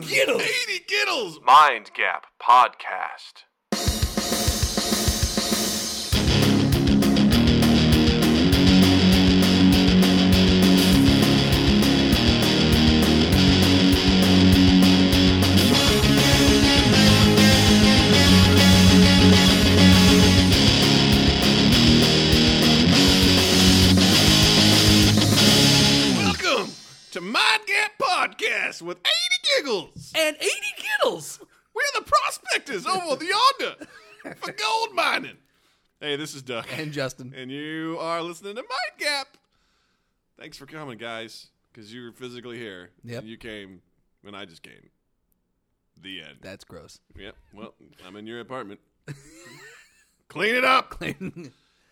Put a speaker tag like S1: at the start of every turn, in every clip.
S1: Gittles.
S2: 80 Gittles.
S3: Mind Gap Podcast.
S2: Welcome to Mind Gap Podcast with 80 Giggles.
S1: And 80 Gittles.
S2: We're the prospectors over the yonder for gold mining. Hey, this is Duck.
S1: And Justin.
S2: And you are listening to Mind Gap. Thanks for coming, guys, because you were physically here.
S1: Yep.
S2: And you came, and I just came. The end.
S1: That's gross.
S2: yep. Well, I'm in your apartment. Clean it up.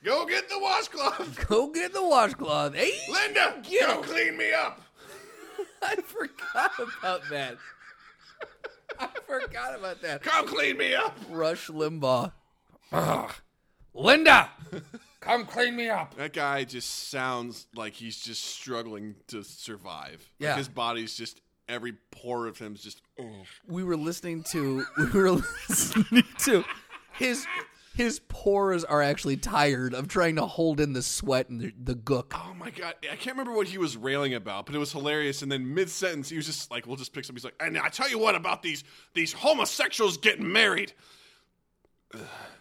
S2: Go get the washcloth.
S1: Go get the washcloth. 80
S2: Linda, go
S1: Gittles.
S2: clean me up.
S1: I forgot about that. I forgot about that.
S2: Come clean me up.
S1: Rush Limbaugh. Linda, come clean me up.
S2: That guy just sounds like he's just struggling to survive. Like
S1: Yeah.
S2: his body's just every pore of him's just. "Ugh."
S1: We were listening to. We were listening to his. His pores are actually tired of trying to hold in the sweat and the, the gook.
S2: Oh my god! I can't remember what he was railing about, but it was hilarious. And then mid sentence, he was just like, "We'll just pick something." He's like, "And I tell you what about these these homosexuals getting married."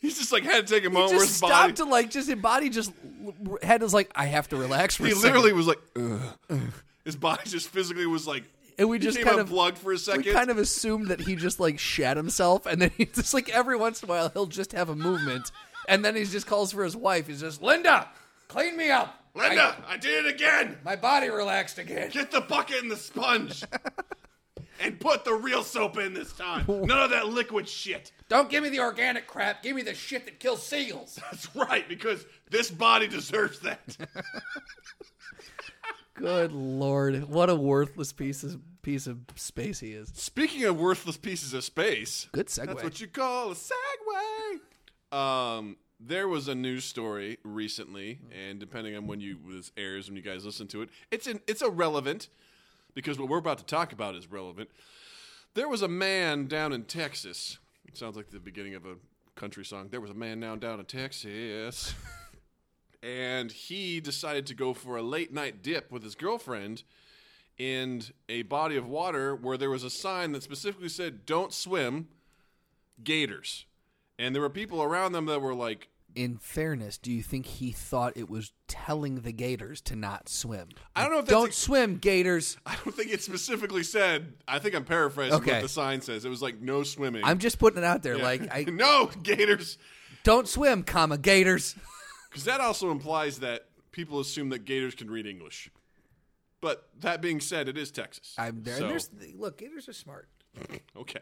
S2: He's just like had to take a
S1: He
S2: moment. where
S1: just
S2: his body,
S1: stopped to like just his body just l- head is like I have to relax for
S2: he
S1: a second.
S2: literally was like, "Ugh." his body just physically was like,
S1: and we
S2: he
S1: just
S2: came
S1: kind of
S2: unplugged for a
S1: we
S2: second.
S1: kind of assumed that he just like shat himself and then he just like every once in a while he'll just have a movement and then he just calls for his wife. He's just Linda, clean me up.
S2: Linda, I did it again.
S1: My body relaxed again.
S2: Get the bucket and the sponge. and put the real soap in this time. None of that liquid shit.
S1: Don't give me the organic crap. Give me the shit that kills seagulls.
S2: That's right, because this body deserves that.
S1: Good lord, what a worthless piece of piece of space he is.
S2: Speaking of worthless pieces of space,
S1: Good segue.
S2: that's what you call a segue. Um, there was a news story recently, and depending on when you this airs, when you guys listen to it, it's an, it's irrelevant because what we're about to talk about is relevant. There was a man down in Texas. It sounds like the beginning of a country song. There was a man down down in Texas, and he decided to go for a late night dip with his girlfriend in a body of water where there was a sign that specifically said "Don't swim, gators," and there were people around them that were like,
S1: in fairness, do you think he thought it was telling the gators to not swim?
S2: I don't know if that's
S1: don't
S2: a-
S1: swim, gators.
S2: "I don't think it specifically said." I think I'm paraphrasing
S1: Okay.
S2: what the sign says. It was like "No swimming."
S1: I'm just putting it out there. Like, I
S2: no gators,
S1: don't swim, comma gators.
S2: because that also implies that people assume that gators can read English. But that being said, it is Texas.
S1: I'm there.
S2: So-
S1: And there's look, gators are smart.
S2: Okay.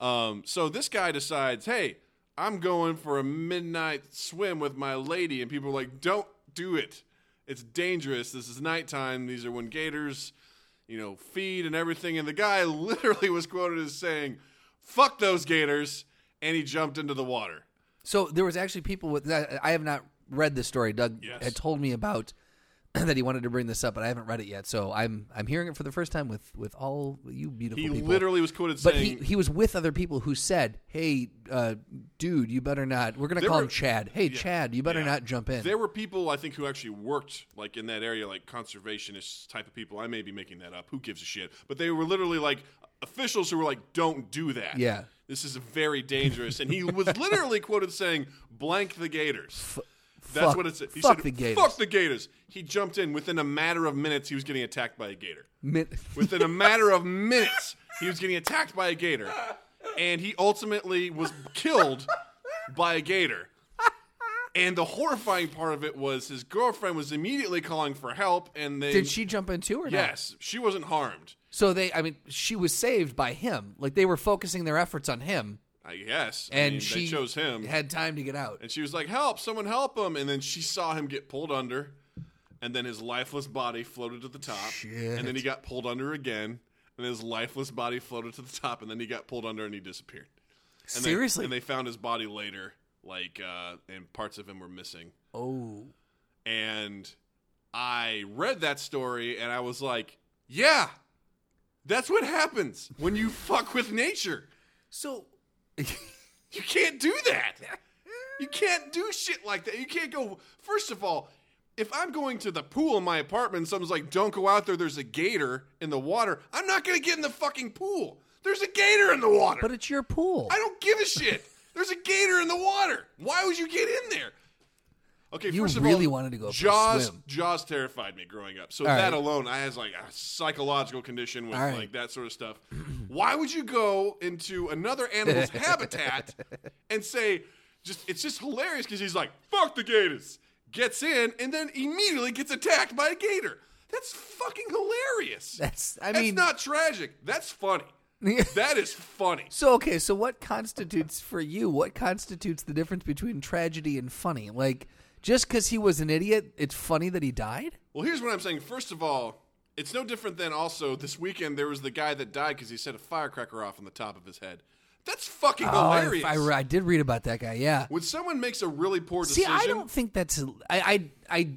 S2: Um, so this guy decides, hey, I'm going for a midnight swim with my lady. And people are like, don't do it. It's dangerous. This is nighttime. These are when gators, you know, feed and everything. And the guy literally was quoted as saying, fuck those gators. And he jumped into the water.
S1: So there was actually people with. I I have not read this story. Doug
S2: Yes.
S1: had told me about that he wanted to bring this up, but I haven't read it yet. So I'm I'm hearing it for the first time with with all you beautiful
S2: He
S1: people.
S2: literally was quoted
S1: but he,
S2: saying,
S1: he was with other people who said, "Hey, uh, dude, you better not. We're gonna
S2: There
S1: call
S2: were-
S1: him Chad. Hey, Chad, you better
S2: yeah.
S1: not jump in."
S2: There were people I think who actually worked like in that area, like conservationist type of people. I may be making that up. Who gives a shit? But they were literally like officials who were like, "Don't do that."
S1: Yeah.
S2: this is very dangerous. And he was literally quoted saying, "Blank the Gators." That's
S1: fuck-
S2: what it said. He
S1: fuck
S2: said,
S1: the Gators.
S2: Fuck the Gators. He jumped in within a matter of minutes. He was getting attacked by a gator.
S1: Min-
S2: Within a matter of minutes, he was getting attacked by a gator, and he ultimately was killed by a gator. And the horrifying part of it was his girlfriend was immediately calling for help, and they
S1: Did she jump in too or not?
S2: yes, she wasn't harmed.
S1: So they, I mean, she was saved by him. Like they were focusing their efforts on him,
S2: I guess, I
S1: and
S2: mean,
S1: she
S2: they chose him,
S1: Had time to get out.
S2: and she was like, "Help! Someone help him!" And then she saw him get pulled under, and then his lifeless body floated to the top, and then he got pulled under again, and his lifeless body floated to the top, and then he got pulled under and he disappeared. And they-
S1: Seriously?
S2: and they found his body later, like, uh, and parts of him were missing.
S1: oh,
S2: And I read that story, and I was like, "Yeah, That's what happens when you fuck with nature.
S1: So
S2: You can't do that. You can't do shit like that. You can't go. First of all, if I'm going to the pool in my apartment and someone's like, don't go out there, there's a gator in the water, I'm not going to get in the fucking pool. There's a gator in the water.
S1: But it's your pool.
S2: I don't give a shit. There's a gator in the water. Why would you get in there? Okay,
S1: You
S2: first of
S1: really
S2: all,
S1: wanted to go for a
S2: Jaws.
S1: swim.
S2: Jaws terrified me growing up. So
S1: All
S2: that
S1: right.
S2: alone, I has like a psychological condition with
S1: All right.
S2: like that sort of stuff. Why would you go into another animal's habitat and say, just it's just hilarious because he's like, "Fuck the gators," gets in and then immediately gets attacked by a gator. That's fucking hilarious.
S1: That's- I
S2: That's
S1: mean-
S2: not tragic. That's funny. that is funny.
S1: So okay, so what constitutes for you? What constitutes the difference between tragedy and funny? Like just because he was an idiot, it's funny that he died.
S2: Well, here's what I'm saying. First of all, it's no different than also this weekend there was the guy that died because he set a firecracker off on the top of his head. That's fucking hilarious.
S1: Oh, I, I, I did read about that guy. Yeah.
S2: when someone makes a really poor
S1: See,
S2: decision,
S1: I don't think that's. I I I,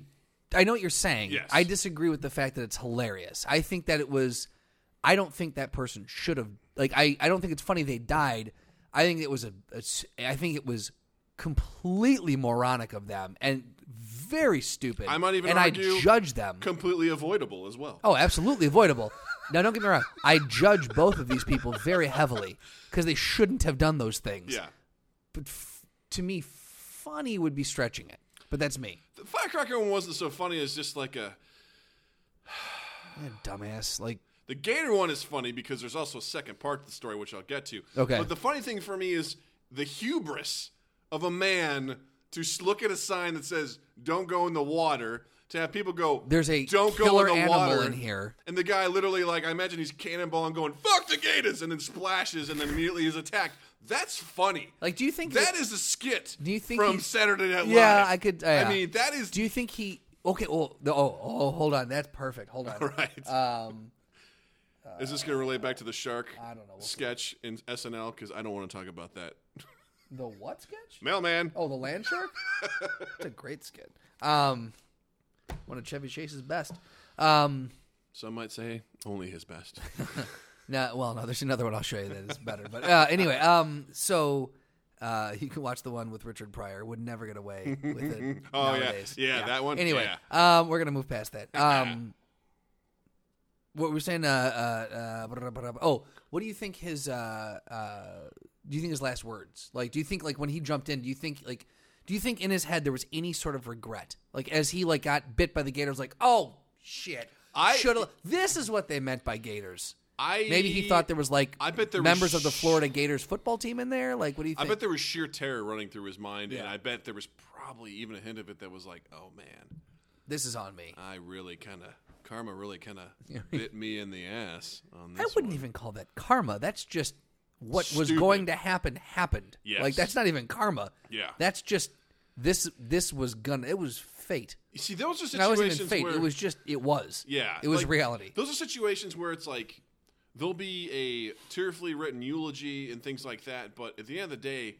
S1: I know what you're saying.
S2: Yes.
S1: I disagree with the fact that it's hilarious. I think that it was. I don't think that person should have. Like I, I don't think it's funny they died. I think it was a. a s- I think it was completely moronic of them and very stupid.
S2: I might even
S1: and
S2: argue
S1: I judge them.
S2: completely avoidable as well.
S1: Oh, absolutely avoidable. Now, don't get me wrong. I judge both of these people very heavily because they shouldn't have done those things.
S2: Yeah.
S1: But f- to me, funny would be stretching it. But that's me.
S2: The firecracker one wasn't so funny as just like a
S1: Eh, dumbass. Like,
S2: The Gator one is funny because there's also a second part to the story, which I'll get to.
S1: Okay.
S2: But the funny thing for me is the hubris of a man to s- look at a sign that says "Don't go in the water." To have people go,
S1: There's a
S2: don't go
S1: killer
S2: in the
S1: animal
S2: water
S1: in here.
S2: and the guy literally like I imagine he's cannonballing, going "Fuck the Gators," and then splashes, and then immediately is attacked. That's funny.
S1: like, do you think
S2: that is a skit.
S1: Do you think
S2: from
S1: he's-
S2: Saturday Night Live?
S1: Yeah, I could. yeah.
S2: I mean, that is
S1: Do you think he? Okay. Well, the, oh, oh, hold on. That's perfect. Hold on.
S2: right.
S1: Um,
S2: is this going to relate back to the shark
S1: I don't know. We'll see.
S2: sketch in SNL? Because I don't want to talk about that.
S1: the what sketch?
S2: Mailman.
S1: Oh, the land shark. It's a great skit. Um, one of Chevy Chase's best. Um.
S2: Some might say only his best.
S1: No, well, no. There's another one I'll show you that is better. But uh, anyway, um, so uh, you can watch the one with Richard Pryor. Would never get away with it.
S2: Oh, yeah.
S1: nowadays.
S2: Yeah, that one,
S1: Anyway, um, we're gonna move past that. Um, what we're saying. Uh, uh, uh, blah, blah, blah, oh, what do you think his? Uh, uh, do you think his last words? Like, do you think like when he jumped in? Do you think like? Do you think in his head there was any sort of regret? Like as he like got bit by the gators, like oh shit.
S2: I-
S1: should have. This is what they meant by gators.
S2: I
S1: Maybe he thought there was like
S2: I bet there was
S1: members of the
S2: sh-
S1: Florida Gators football team in there. Like, what do you
S2: I
S1: think?
S2: bet there was sheer terror running through his mind, and
S1: Yeah.
S2: I bet there was probably even a hint of it that was like, "Oh man,
S1: this is on me.
S2: I really kind of karma really kind of bit me in the ass on
S1: I
S2: this."
S1: wouldn't
S2: one.
S1: even call that karma. That's just what was
S2: Stupid.
S1: going to happen happened.
S2: Yes.
S1: Like that's not even karma.
S2: Yeah.
S1: That's just this. This was gonna. It was fate.
S2: You see, those are
S1: And I
S2: situations
S1: wasn't even fate.
S2: where
S1: It was just. It was.
S2: yeah,
S1: It was
S2: like,
S1: reality.
S2: Those are situations where it's like there'll be a tearfully written eulogy and things like that, but at the end of the day,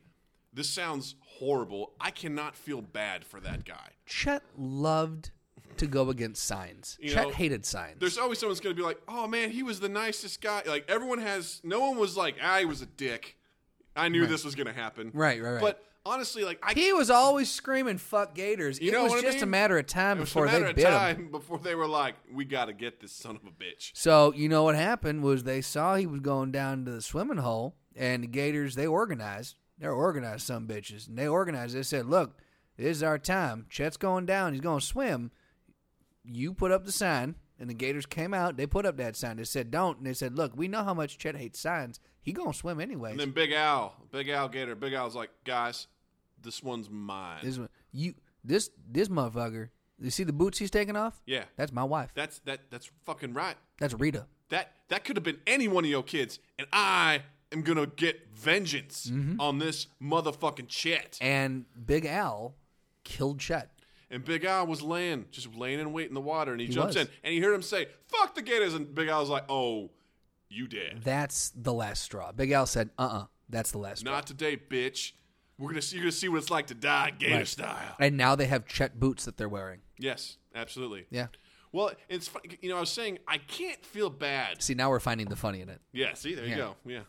S2: this sounds horrible. I cannot feel bad for that guy.
S1: Chet loved to go against signs.
S2: You
S1: Chet
S2: know,
S1: hated signs.
S2: there's always someone's going to be like, "Oh man, he was the nicest guy." Like everyone has, no one was like, "I was a dick." I knew this was going to happen.
S1: Right, right, right.
S2: But honestly, like I,
S1: he was always screaming "fuck Gators."
S2: You
S1: it
S2: know
S1: was
S2: what I
S1: just a
S2: mean?
S1: matter of time
S2: it was
S1: before
S2: a matter
S1: they
S2: of
S1: bit him.
S2: time before they were like, "We got to get this son of a bitch."
S1: So you know what happened was they saw he was going down to the swimming hole, and the Gators they organized. They're organized, some bitches, and they organized. They said, "Look, this is our time. Chet's going down. He's going to swim. You put up the sign." And the Gators came out. They put up that sign. They said, "Don't." And they said, "Look, we know how much Chet hates signs. He gonna swim anyway.
S2: And then Big Al, Big Al Gator, Big Al's like, "Guys, this one's mine."
S1: This one, you, this, this motherfucker. You see the boots he's taking off?
S2: yeah,
S1: That's my wife.
S2: that's that. That's fucking right.
S1: That's Rita.
S2: That that could have been any one of your kids, and I am gonna get vengeance
S1: Mm-hmm.
S2: on this motherfucking chat.
S1: And Big Al killed Chet.
S2: And Big Al was laying, just laying in wait in the water, and he, jumps
S1: was.
S2: in, and he heard him say, "Fuck the Gators," and Big Al's like, "Oh, you dead?
S1: That's the last straw. Big Al said, "Uh, uh that's the last straw."
S2: Not today, bitch. We're gonna see, you're gonna see what it's like to die Gator
S1: Right.
S2: style."
S1: And now they have Chet boots that they're wearing.
S2: Yes, absolutely.
S1: Yeah,
S2: Well, it's fun- you know I was saying I can't feel bad.
S1: See, now we're finding the funny in it.
S2: Yeah, see there you
S1: Yeah.
S2: go. Yeah,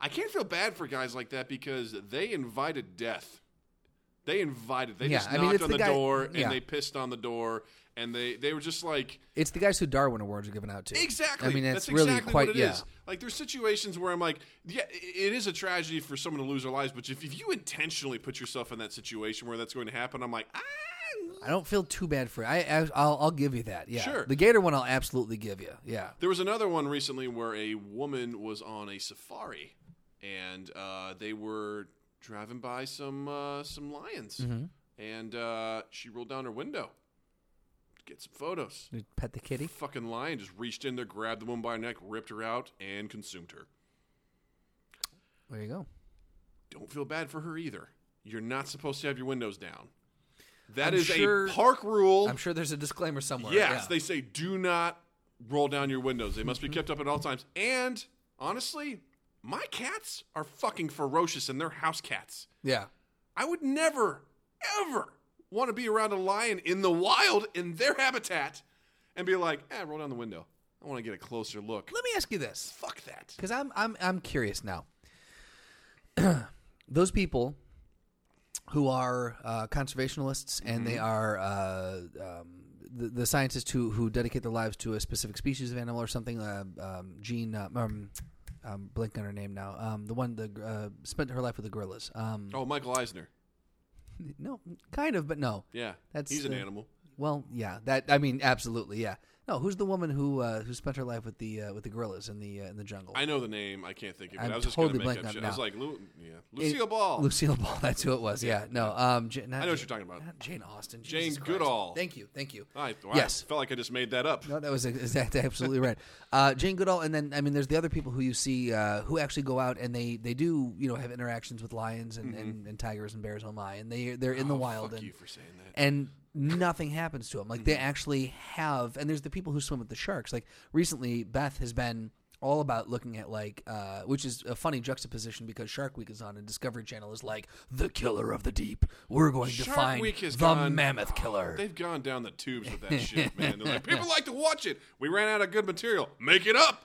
S2: I can't feel bad for guys like that because they invited death. They invited. They
S1: Yeah,
S2: just
S1: I
S2: knocked
S1: mean, it's
S2: on
S1: the
S2: the,
S1: guy-
S2: door
S1: yeah.
S2: and they pissed on the door and they they were just like
S1: It's the guys who Darwin Awards are given out to.
S2: Exactly.
S1: I mean, it's
S2: that's,
S1: really
S2: exactly
S1: quite
S2: what it is.
S1: yeah.
S2: Like there's situations where I'm like, yeah, i- it is a tragedy for someone to lose their lives, but if, if you intentionally put yourself in that situation where that's going to happen, I'm like, ah,
S1: I don't feel too bad for it. I, I I'll, I'll give you that. Yeah.
S2: Sure.
S1: The Gator one, I'll absolutely give you. Yeah.
S2: There was another one recently where a woman was on a safari, and uh, they were driving by some uh, some lions,
S1: Mm-hmm.
S2: and uh, she rolled down her window to get some photos.
S1: Pet the kitty.
S2: Fucking lion just reached in there, grabbed the woman by her neck, ripped her out, and consumed her.
S1: There you go.
S2: don't feel bad for her either. You're not supposed to have your windows down. That
S1: I'm
S2: is
S1: sure-
S2: a park rule.
S1: I'm sure there's a disclaimer somewhere.
S2: yes,
S1: yeah. Mm-hmm.
S2: they say do not roll down your windows. They must be kept up at all times. And honestly, my cats are fucking ferocious and they're house cats.
S1: Yeah.
S2: I would never, ever want to be around a lion in the wild in their habitat and be like, eh, roll down the window. I want to get a closer look.
S1: Let me ask you this,
S2: Fuck that.
S1: because I'm I'm I'm curious now. Those people who are uh, conservationists and they are uh, um, the, the scientists who who dedicate their lives to a specific species of animal or something. Uh, um, Gene, uh, um, I'm blanking on her name now. Um, the one that uh, spent her life with the gorillas. Um,
S2: Oh, Michael Eisner.
S1: No, kind of, but no.
S2: Yeah.
S1: That's,
S2: He's an
S1: uh,
S2: animal.
S1: Well, yeah, that I mean, absolutely, yeah. No, who's the woman who uh, who spent her life with the uh, with the gorillas in the uh, in the jungle?
S2: I know the name. I can't think of it.
S1: I'm
S2: i was just
S1: totally
S2: gonna make
S1: blanking on
S2: up
S1: it
S2: shit. I was
S1: now.
S2: like, Lu- yeah,
S1: It-
S2: Lucille Ball.
S1: Lucille Ball. That's who it was. Yeah. No. Um. Ja- not
S2: I know
S1: Ja-
S2: what you're talking about.
S1: Not Jane Austen.
S2: Jane
S1: Jesus Christ.
S2: Goodall.
S1: Thank you. Thank you.
S2: I, wow,
S1: Yes.
S2: felt like I just made that up.
S1: No, that was exactly absolutely right. Uh, Jane Goodall, and then I mean, there's the other people who you see uh, who actually go out and they they do you know have interactions with lions and, and, and tigers and bears. Oh my! And they they're in the wild.
S2: Mm-hmm. Oh, Fuck
S1: and
S2: you for saying that.
S1: and nothing happens to them. Like they actually have, and there's the people who swim with the sharks. Like recently, Beth has been all about looking at like, uh, which is a funny juxtaposition because Shark Week is on and Discovery Channel is like the killer of the deep. We're going to
S2: Shark
S1: find
S2: Week has
S1: the
S2: gone-
S1: mammoth killer.
S2: They've gone down the tubes with that shit, man. They're like, people like to watch it. We ran out of good material. Make it up.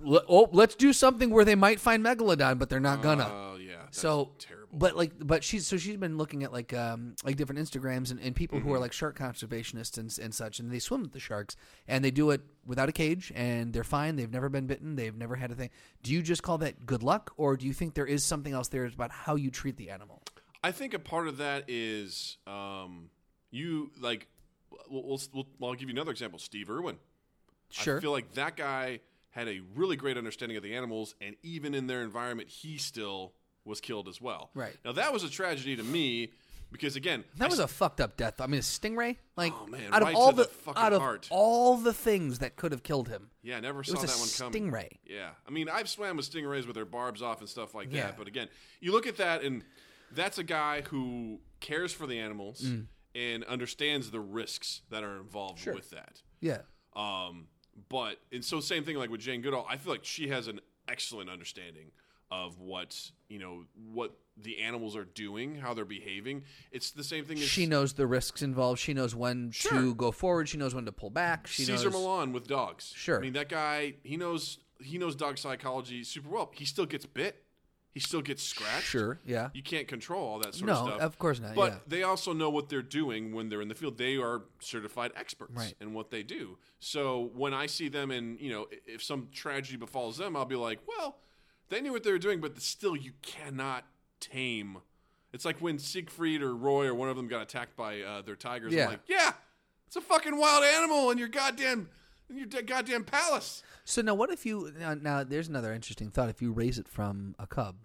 S1: Le- oh, let's do something where they might find megalodon, but they're not gonna.
S2: Oh yeah. that's
S1: so
S2: terrible.
S1: But like, but she's so she's been looking at like um like different Instagrams and, and people
S2: Mm-hmm.
S1: who are like shark conservationists and and such, and they swim with the sharks and they do it without a cage and they're fine. They've never been bitten. They've never had a thing. Do you just call that good luck, or do you think there is something else there about how you treat the animal?
S2: I think a part of that is um, you like. We'll, we'll, we'll, well, I'll give you another example. Steve Irwin.
S1: Sure.
S2: I feel like that guy had a really great understanding of the animals, and even in their environment, he still was killed as well.
S1: Right.
S2: Now that was a tragedy to me because again,
S1: that
S2: I
S1: was a fucked up death. I mean, a stingray. Like,
S2: Oh, man,
S1: out of
S2: right
S1: all
S2: to
S1: the,
S2: the fucking
S1: out of
S2: heart.
S1: all the things that could have killed him,
S2: Yeah, I never
S1: it
S2: saw
S1: was a
S2: that one coming.
S1: stingray.
S2: Yeah, I mean, I've swam with stingrays with their barbs off and stuff like
S1: Yeah.
S2: that. But again, you look at that, and that's a guy who cares for the animals
S1: Mm.
S2: and understands the risks that are involved with that.
S1: Yeah.
S2: Um, but and so same thing like with Jane Goodall, I feel like she has an excellent understanding of what you know what the animals are doing, how they're behaving. It's the same thing as
S1: she knows the risks involved. She knows when
S2: Sure.
S1: to go forward. She knows when to pull back. She
S2: Caesar
S1: knows.
S2: Milan with dogs.
S1: Sure.
S2: I mean that guy. He knows he knows dog psychology super well. He still gets bit. He still gets scratched.
S1: Sure, yeah.
S2: You can't control all that sort
S1: no,
S2: of stuff.
S1: of course not.
S2: But
S1: yeah.
S2: they also know what they're doing when they're in the field. They are certified experts
S1: Right.
S2: in what they do. So when I see them, and you know, i- if some tragedy befalls them, I'll be like, well, they knew what they were doing, but still, you cannot tame. It's like when Siegfried or Roy or one of them got attacked by uh, their tigers.
S1: Yeah.
S2: I'm like, yeah, it's a fucking wild animal in your goddamn in your d- goddamn palace.
S1: So now, what if you now, now? There's another interesting thought. If you raise it from a cub,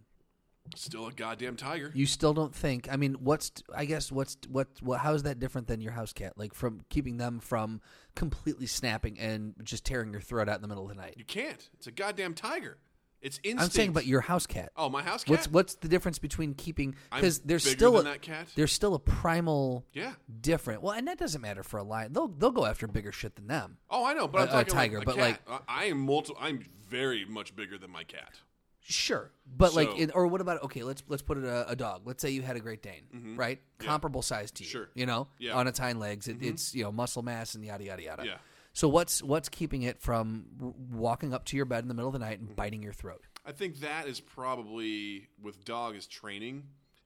S2: Still a goddamn tiger.
S1: you still don't think. I mean, what's I guess what's what what? How is that different than your house cat? Like from keeping them from completely snapping and just tearing your throat out in the middle of the night.
S2: You can't. It's a goddamn tiger. It's instinct.
S1: I'm saying about your house cat.
S2: Oh, my house cat.
S1: What's what's the difference between keeping
S2: I'm
S1: because there's
S2: bigger
S1: still
S2: than
S1: a,
S2: that cat.
S1: there's still a primal
S2: yeah.
S1: different. Well, and that doesn't matter for a lion. They'll they'll go after bigger shit than them.
S2: Oh, I know, but
S1: A-
S2: I'm
S1: a
S2: talking
S1: tiger,
S2: like a
S1: but
S2: cat. I, I am multiple. I'm very much bigger than my cat.
S1: Sure, but like,
S2: So-
S1: in, or what about okay? Let's let's put it a, a dog. Let's say you had a Great Dane, right? Comparable size to you,
S2: Mm-hmm. Sure.
S1: You know,
S2: Yeah. Mm-hmm.
S1: on its hind legs, it, it's you know muscle mass and yada yada yada.
S2: Yeah.
S1: So what's what's keeping it from w- walking up to your bed in the middle of the night
S2: Mm-hmm.
S1: and biting your throat?
S2: I think that is probably with dog is training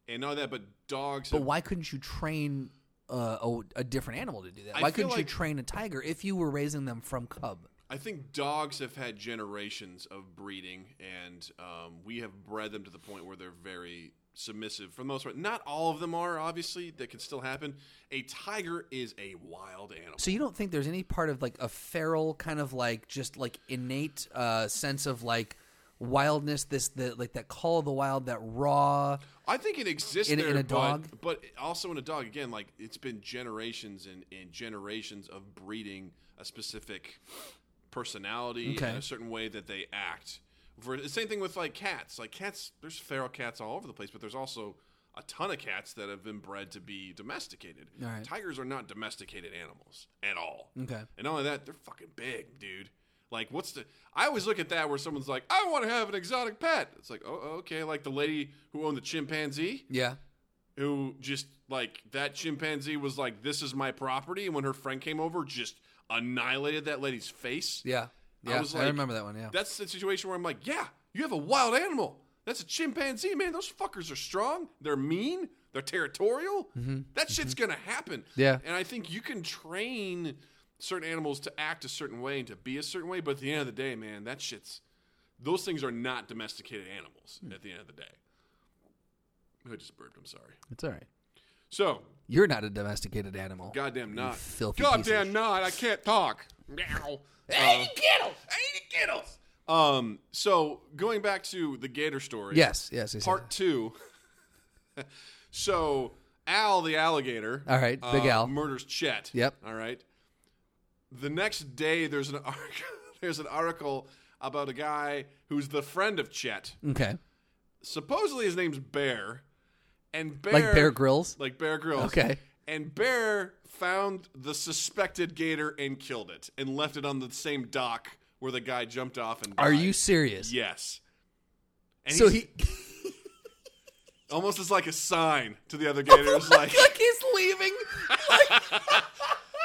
S2: and all that, but dogs.
S1: But
S2: have-
S1: why couldn't you train uh, a, a different animal to do that?
S2: I
S1: Why
S2: feel
S1: couldn't you
S2: like-
S1: train a tiger if you were raising them from cub?
S2: I think dogs have had generations of breeding, and um, we have bred them to the point where they're very submissive for the most part. Not all of them are, obviously. That can still happen. A tiger is a wild animal.
S1: So you don't think there's any part of like a feral kind of like just like innate uh, sense of like wildness, this the like that call of the wild, that raw.
S2: I think it exists
S1: In a-
S2: there,
S1: in a
S2: but-
S1: dog?
S2: but also in a dog. Again, like it's been generations and, and generations of breeding a specific personality
S1: Okay.
S2: and a certain way that they act. For the same thing with like cats. Like cats, there's feral cats all over the place, but there's also a ton of cats that have been bred to be domesticated.
S1: All right.
S2: Tigers are not domesticated animals at all.
S1: Okay.
S2: And not only that, they're fucking big, dude. Like, what's the? I always look at that where someone's like, "I want to have an exotic pet." It's like, oh, okay, like the lady who owned the chimpanzee,
S1: Yeah.
S2: who just like that chimpanzee was like, "This is my property," and when her friend came over, just annihilated that lady's face.
S1: Yeah.
S2: I
S1: Yeah. I,
S2: was like-
S1: remember that one, yeah.
S2: That's the situation where I'm like, yeah, you have a wild animal. That's a chimpanzee, man. Those fuckers are strong. They're mean. They're territorial. That shit's gonna happen.
S1: Mm-hmm. Yeah.
S2: And I think you can train certain animals to act a certain way and to be a certain way, but at the end of the day, man, that shit's those things are not domesticated animals
S1: Hmm.
S2: at the end of the day. I just burped, I'm sorry.
S1: it's all right.
S2: So,
S1: You're not a domesticated animal.
S2: goddamn not.
S1: filthy piece of
S2: goddamn
S1: sh-
S2: not, I can't talk. Meow. Uh,
S1: Skittles!
S2: um, so going back to the gator story.
S1: Yes, yes, yes.
S2: part two. so Al the alligator, uh,
S1: All right, big Al.
S2: murders Chet.
S1: Yep.
S2: All right. The next day, there's an article, there's an article about a guy who's the friend of Chet.
S1: yes. Okay.
S2: Supposedly his name's Bear, and Bear
S1: Like Bear Grylls?
S2: like Bear Grylls.
S1: Okay.
S2: And Bear found the suspected gator and killed it, and left it on the same dock where the guy jumped off and.
S1: Are
S2: died.
S1: you serious?
S2: Yes. And
S1: so
S2: he's-
S1: he
S2: almost as like a sign to the other gators. like
S1: like he's leaving.
S2: it's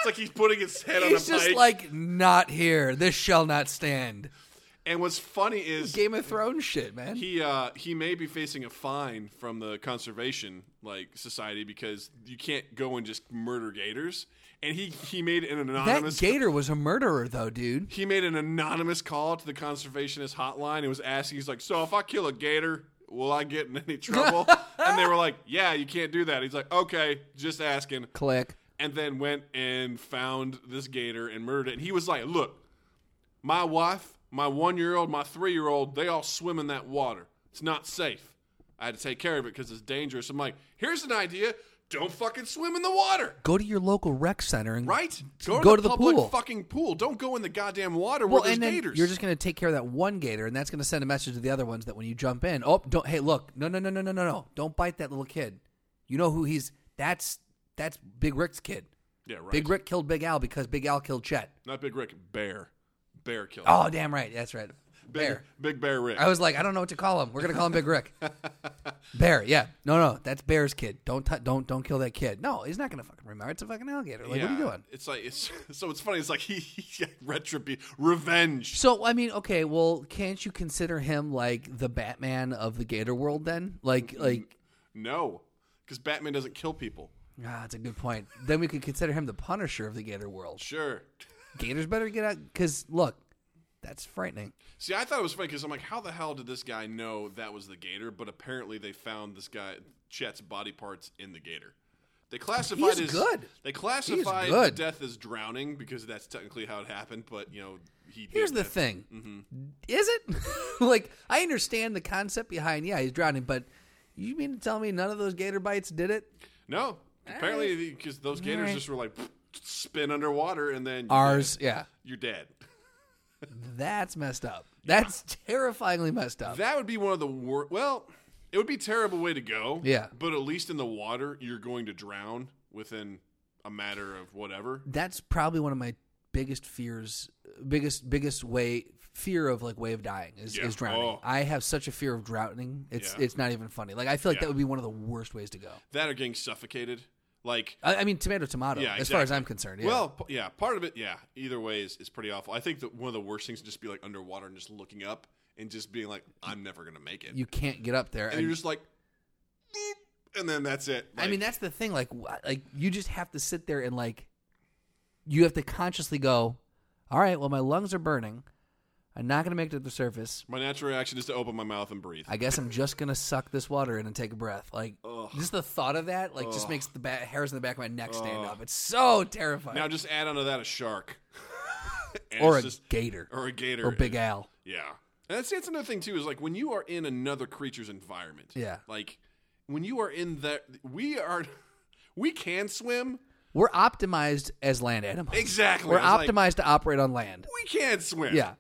S2: like he's putting his head on a
S1: He's just
S2: pike.
S1: like not here. This shall not stand.
S2: and what's funny is
S1: Game of Thrones shit, man.
S2: he uh, he may be facing a fine from the conservation like society because you can't go and just murder gators. And he he made an
S1: that
S2: anonymous
S1: gator was a murderer though, dude.
S2: he made an anonymous call to the conservationist hotline and was asking he's like, so if I kill a gator. Will I get in any trouble? and they were like, "Yeah, you can't do that." He's like, "Okay, just asking."
S1: Click.
S2: and then went and found this gator and murdered it. And he was like, Look, my wife, my one year old, my three year old, they all swim in that water. It's not safe. I had to take care of it because it's dangerous. I'm like, Here's an idea don't fucking swim in the water.
S1: Go to your local rec center and
S2: Right?
S1: Go to the
S2: public
S1: pool.
S2: fucking pool. Don't go in the goddamn water
S1: Well,
S2: where there's
S1: and then
S2: gators.
S1: you're just going to take care of that one gator, and that's going to send a message to the other ones that when you jump in, oh, don't. Hey, look, no, no, no, no, no, no, no, don't bite that little kid. You know who he's? That's that's Big Rick's kid.
S2: yeah, right.
S1: Big Rick killed Big Al because Big Al killed Chet.
S2: Not Big Rick, Bear. Bear killed.
S1: Oh, damn right, that's right.
S2: Big,
S1: Bear.
S2: Big Bear Rick.
S1: I was like, I don't know what to call him. We're gonna call him Big Rick. Bear, yeah. No, no, that's Bear's kid. Don't t- don't don't kill that kid. No, he's not gonna fucking remember. It's a fucking alligator. Like, what are you
S2: Yeah.
S1: doing?
S2: It's like it's so. It's funny. It's like he, he retribution, revenge.
S1: So I mean, okay, well, can't you consider him like the Batman of the Gator world then? Like like
S2: No, because Batman doesn't kill people.
S1: ah, that's a good point. Then we could consider him the Punisher of the Gator world.
S2: Sure.
S1: Gators better get out because look, that's frightening.
S2: See, I thought it was funny because I'm like, how the hell did this guy know that was the gator? But apparently, they found this guy Chet's body parts in the gator. They classified
S1: He's
S2: his
S1: good.
S2: They classified
S1: He's good.
S2: the death as drowning because that's technically how it happened. But you know, he
S1: Here's
S2: did
S1: the
S2: that.
S1: thing. Is it? like, I understand the concept behind, yeah, he's drowning, but you mean to tell me none of those gator bites did it?
S2: No, apparently because those gators
S1: right.
S2: just were like spin underwater and then you're
S1: Ours,
S2: dead.
S1: yeah.
S2: You're dead.
S1: That's messed up. That's terrifyingly messed up.
S2: That would be one of the worst. Well, it would be a terrible way to go.
S1: Yeah.
S2: But at least in the water, you're going to drown within a matter of whatever.
S1: That's probably one of my biggest fears, biggest biggest way fear of like way of dying is,
S2: Yeah.
S1: is drowning.
S2: Oh.
S1: I have such a fear of drowning. It's
S2: Yeah.
S1: it's not even funny. Like I feel like that
S2: Yeah.
S1: would be one of the worst ways to go.
S2: That are getting suffocated. Like
S1: I, I mean, tomato tomato.
S2: Yeah,
S1: As far as
S2: exactly.
S1: I'm concerned. Yeah.
S2: Well, p- yeah, part of it, yeah. Either way is, is pretty awful. I think that one of the worst things would just be like underwater and just looking up and just being like, I'm never gonna make it.
S1: you can't get up there.
S2: and
S1: and-
S2: you're just like, "Beep," and then that's it.
S1: I mean,
S2: Like,
S1: that's the thing. Like, wh- like you just have to sit there and like, you have to consciously go, all right. Well, my lungs are burning. I'm not gonna make it to the surface.
S2: my natural reaction is to open my mouth and breathe.
S1: I guess I'm just gonna suck this water in and take a breath. Like, just the thought of that, like, just makes the ba- hairs in the back of my neck stand up. It's so terrifying.
S2: now just add onto that a shark, And
S1: or a
S2: it's just-
S1: gator,
S2: or a gator,
S1: or Big
S2: And-
S1: Al.
S2: Yeah. And that's, that's another thing too is like when you are in another creature's environment.
S1: Yeah.
S2: Like when you are in that, we are, we can swim.
S1: We're optimized as land animals.
S2: Exactly.
S1: We're
S2: I was like,
S1: optimized to operate on land.
S2: we can't swim.
S1: Yeah.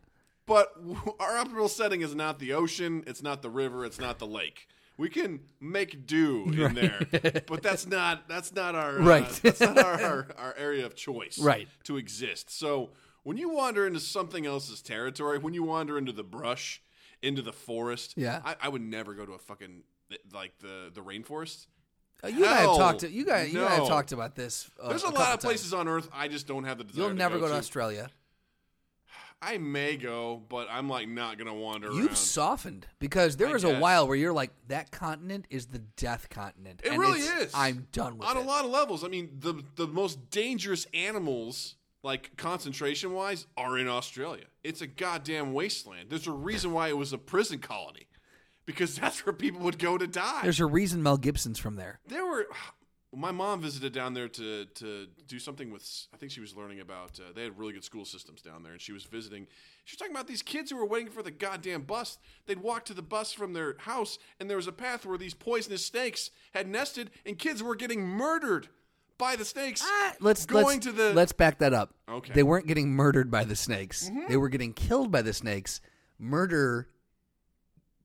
S2: But w- our optimal setting is not the ocean, it's not the river, it's not the lake. We can make do in there, but that's not that's not our uh,
S1: Right.
S2: that's not our, our, our area of choice.
S1: Right.
S2: To exist. So when you wander into something else's territory, when you wander into the brush, into the forest,
S1: Yeah.
S2: I, I would never go to a fucking like the the rainforest.
S1: Uh, You and I have
S2: Hell
S1: talked. You guys, you and I have
S2: no.
S1: talked about this. Uh,
S2: There's a,
S1: couple
S2: lot of
S1: times.
S2: places on Earth I just don't have the desire.
S1: You'll never
S2: to go,
S1: go to
S2: to.
S1: Australia.
S2: I may go, but I'm like not gonna wander.
S1: You've
S2: around.
S1: softened because there
S2: I
S1: was a
S2: guess.
S1: while where you're like, that continent is the death continent.
S2: It
S1: and
S2: really
S1: it's-
S2: is.
S1: I'm done with
S2: on
S1: it.
S2: a lot of levels. I mean, the the most dangerous animals, like concentration wise, are in Australia. It's a goddamn wasteland. There's a reason why it was a prison colony, because that's where people would go to die.
S1: There's a reason Mel Gibson's from there.
S2: there were. My mom visited down there to to do something with. I think she was learning about. Uh, they had really good school systems down there, and she was visiting. She was talking about these kids who were waiting for the goddamn bus. They'd walk to the bus from their house, and there was a path where these poisonous snakes had nested, and kids were getting murdered by the snakes.
S1: Ah, Let's
S2: going
S1: let's,
S2: to the.
S1: let's back that up.
S2: Okay. Mm-hmm.
S1: They weren't getting murdered by the snakes. They were getting killed by the snakes. Murder.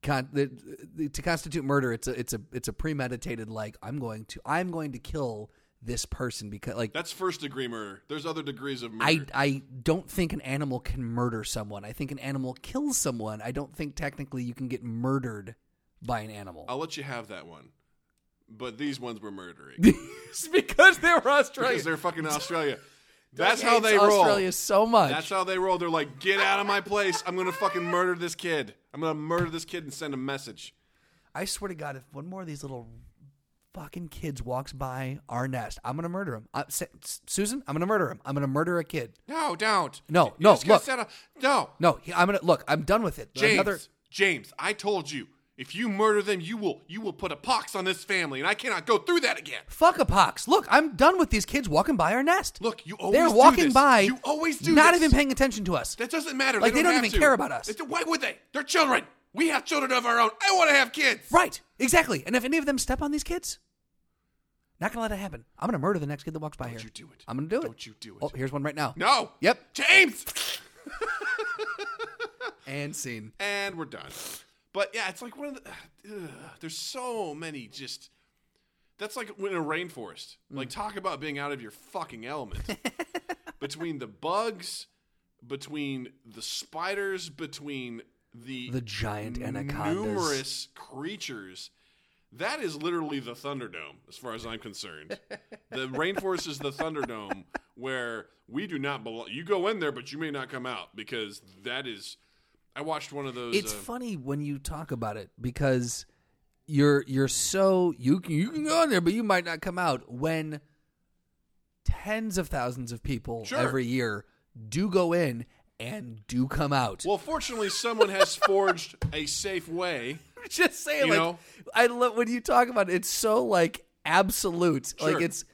S1: Con- the, the, to constitute murder, it's a it's a it's a premeditated like I'm going to I'm going to kill this person because like
S2: that's first degree murder. There's other degrees of
S1: I,
S2: murder.
S1: I don't think an animal can murder someone. I think an animal kills someone. I don't think technically you can get murdered by an animal.
S2: I'll let you have that one, but these ones were murdering
S1: It's because they were Australian.
S2: because they're fucking Australia. That's how
S1: Hates
S2: they roll.
S1: Australia so much.
S2: That's how they roll. They're like, get out of my place. I'm going to fucking murder this kid. I'm going to murder this kid and send a message.
S1: I swear to God, if one more of these little fucking kids walks by our nest, I'm gonna murder him. I, Sa- Susan, I'm gonna murder him. I'm gonna murder a kid.
S2: No, don't.
S1: No,
S2: You're
S1: no,
S2: just gonna
S1: look.
S2: send a- no,
S1: No, he- I'm gonna look. I'm done with it.
S2: James.
S1: Another-
S2: James, I told you. If you murder them, you will you will put a pox on this family, and I cannot go through that again.
S1: Fuck a pox. Look, I'm done with these kids walking by our nest.
S2: Look, you always
S1: They're
S2: do
S1: walking
S2: this.
S1: by.
S2: You always do
S1: Not
S2: this.
S1: even paying attention to us.
S2: That doesn't matter.
S1: Like, they don't
S2: have
S1: even
S2: to.
S1: care about us.
S2: It's- Why would they? They're children. We have children of our own. I want to have kids.
S1: Right, exactly. And if any of them step on these kids, not gonna let it happen. I'm gonna murder the next kid that walks by here.
S2: you do it.
S1: I'm gonna do it.
S2: Don't you do it.
S1: Oh, here's one right now.
S2: No.
S1: Yep.
S2: James.
S1: And scene.
S2: and we're done. But yeah, it's like one of the. ugh, there's so many just. That's like in a rainforest.
S1: Mm.
S2: Like talk about being out of your fucking element. between the bugs, between the spiders, between the
S1: The giant anacondas.
S2: numerous creatures. That is literally the Thunderdome, as far as I'm concerned. the rainforest is the Thunderdome, where we do not belong. You go in there, but you may not come out because that is. I watched one of those.
S1: It's
S2: uh,
S1: funny when you talk about it because you're you're so you can you can go in there, but you might not come out when tens of thousands of people
S2: Sure.
S1: every year do go in and do come out.
S2: Well, fortunately, someone has forged a safe way.
S1: just saying,
S2: You
S1: like,
S2: know?
S1: I love when you talk about it. It's so like absolute.
S2: Sure.
S1: Like it's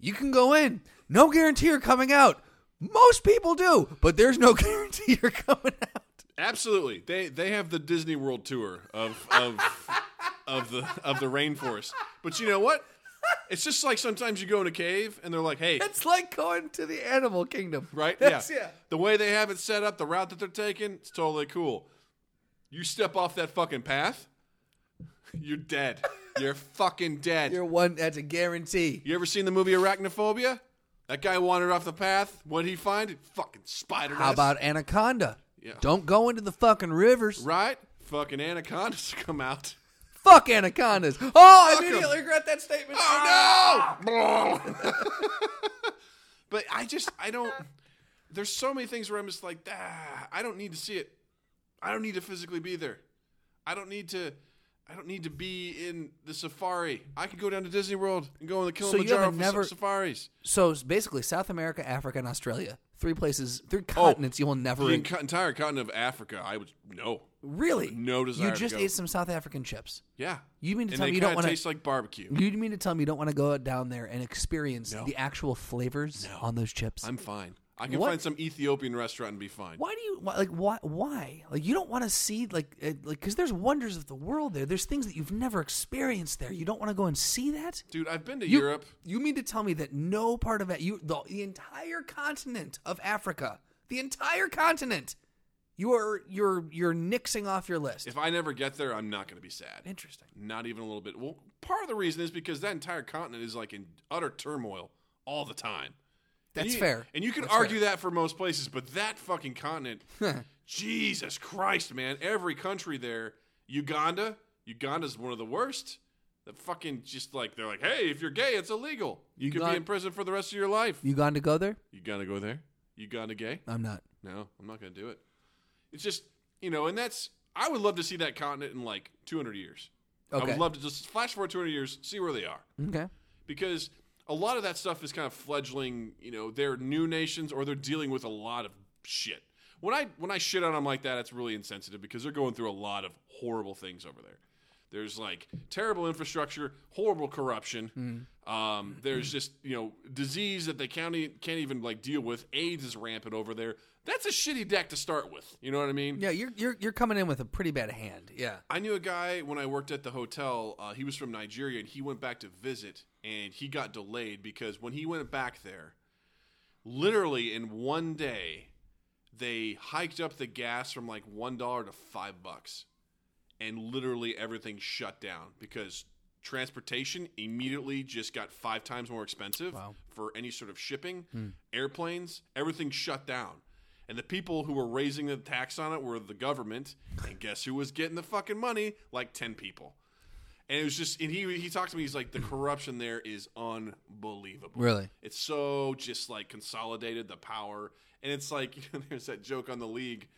S1: you can go in, no guarantee you're coming out. Most people do, but there's no guarantee you're coming out.
S2: Absolutely, they they have the Disney World tour of of of the of the rainforest. But you know what? It's just like sometimes you go in a cave and they're like, "Hey,
S1: It's like going to the animal kingdom,
S2: right?
S1: That's, yeah.
S2: The way they have it set up, the route that they're taking, it's totally cool. You step off that fucking path, you're dead. You're fucking dead.
S1: You're one. That's a guarantee.
S2: you ever seen the movie Arachnophobia? That guy wandered off the path. What did he find? Fucking spider.
S1: How about anaconda?
S2: Yeah.
S1: Don't go into the fucking rivers.
S2: Right? Fucking anacondas come out.
S1: Fuck anacondas. Oh, I
S2: Fuck 'em.
S1: immediately regret that statement. Ah.
S2: Oh no! but I just I don't. There's so many things where I'm just like, ah, I don't need to see it. I don't need to physically be there. I don't need to. I don't need to be in the safari. I can go down to Disney World and go on the
S1: you haven't
S2: Kilimanjaro for
S1: never-
S2: some safaris.
S1: So it's basically South America, Africa, and Australia. Three places, three
S2: Oh.
S1: continents you will never
S2: The enc- entire continent of Africa, I would no.
S1: Really?
S2: No desire
S1: You
S2: to
S1: just
S2: go.
S1: ate some South African chips.
S2: Yeah,
S1: You mean to
S2: and
S1: tell
S2: they
S1: me you don't
S2: kinda
S1: wanna-
S2: taste like barbecue?
S1: You mean to tell me you don't want to go down there and experience
S2: No.
S1: the actual flavors on those chips?
S2: I'm fine. I can
S1: What?
S2: find some Ethiopian restaurant and be fine.
S1: why do you why, like why why like you don't want to see like it, like because there's wonders of the world there. There's things that you've never experienced there. You don't want to go and see that.
S2: Dude, I've been to
S1: You-
S2: Europe.
S1: You mean to tell me that no part of that you the, the entire continent of Africa, the entire continent, you are you're you're nixing off your list.
S2: If I never get there, I'm not going to be sad.
S1: Interesting.
S2: Not even a little bit. Well, part of the reason is because that entire continent is like in utter turmoil all the time. And
S1: That's
S2: you-
S1: fair.
S2: And you can
S1: That's
S2: argue that for most places, but that fucking continent, Jesus Christ, man! Every country there, Uganda, Uganda's one of the worst. The fucking just like they're like, hey, if you're gay, it's illegal. You could
S1: Ugan-
S2: be in prison for the rest of your life.
S1: You gone to go there?
S2: Uganda go there? Uganda gay?
S1: I'm not.
S2: No, I'm not going to do it. It's just, you know, and that's, I would love to see that continent in like 200 years. I
S1: Okay.
S2: would love to just flash forward 200 years, see where they are.
S1: Okay.
S2: Because a lot of that stuff is kind of fledgling, you know, they're new nations or they're dealing with a lot of shit. When I when I shit on them like that, it's really insensitive because they're going through a lot of horrible things over there. There's like terrible infrastructure, horrible corruption. Um, there's just you know disease that they can't e- can't even like deal with. AIDS is rampant over there. That's a shitty deck to start with. You know what I mean?
S1: Yeah, you're you're you're coming in with a pretty bad hand. Yeah.
S2: I knew a guy when I worked at the hotel. Uh, he was from Nigeria, and he went back to visit, and he got delayed because when he went back there, literally in one day, they hiked up the gas from like one dollar to five bucks, and literally everything shut down because transportation immediately just got five times more expensive
S1: Wow.
S2: for any sort of shipping, airplanes, everything shut down. And the people who were raising the tax on it were the government, and guess who was getting the fucking money? Like ten people. And it was just, and he he talked to me. He's like, the corruption there is unbelievable.
S1: Really?
S2: It's so just like consolidated the power, and it's like you know, there's that joke on the league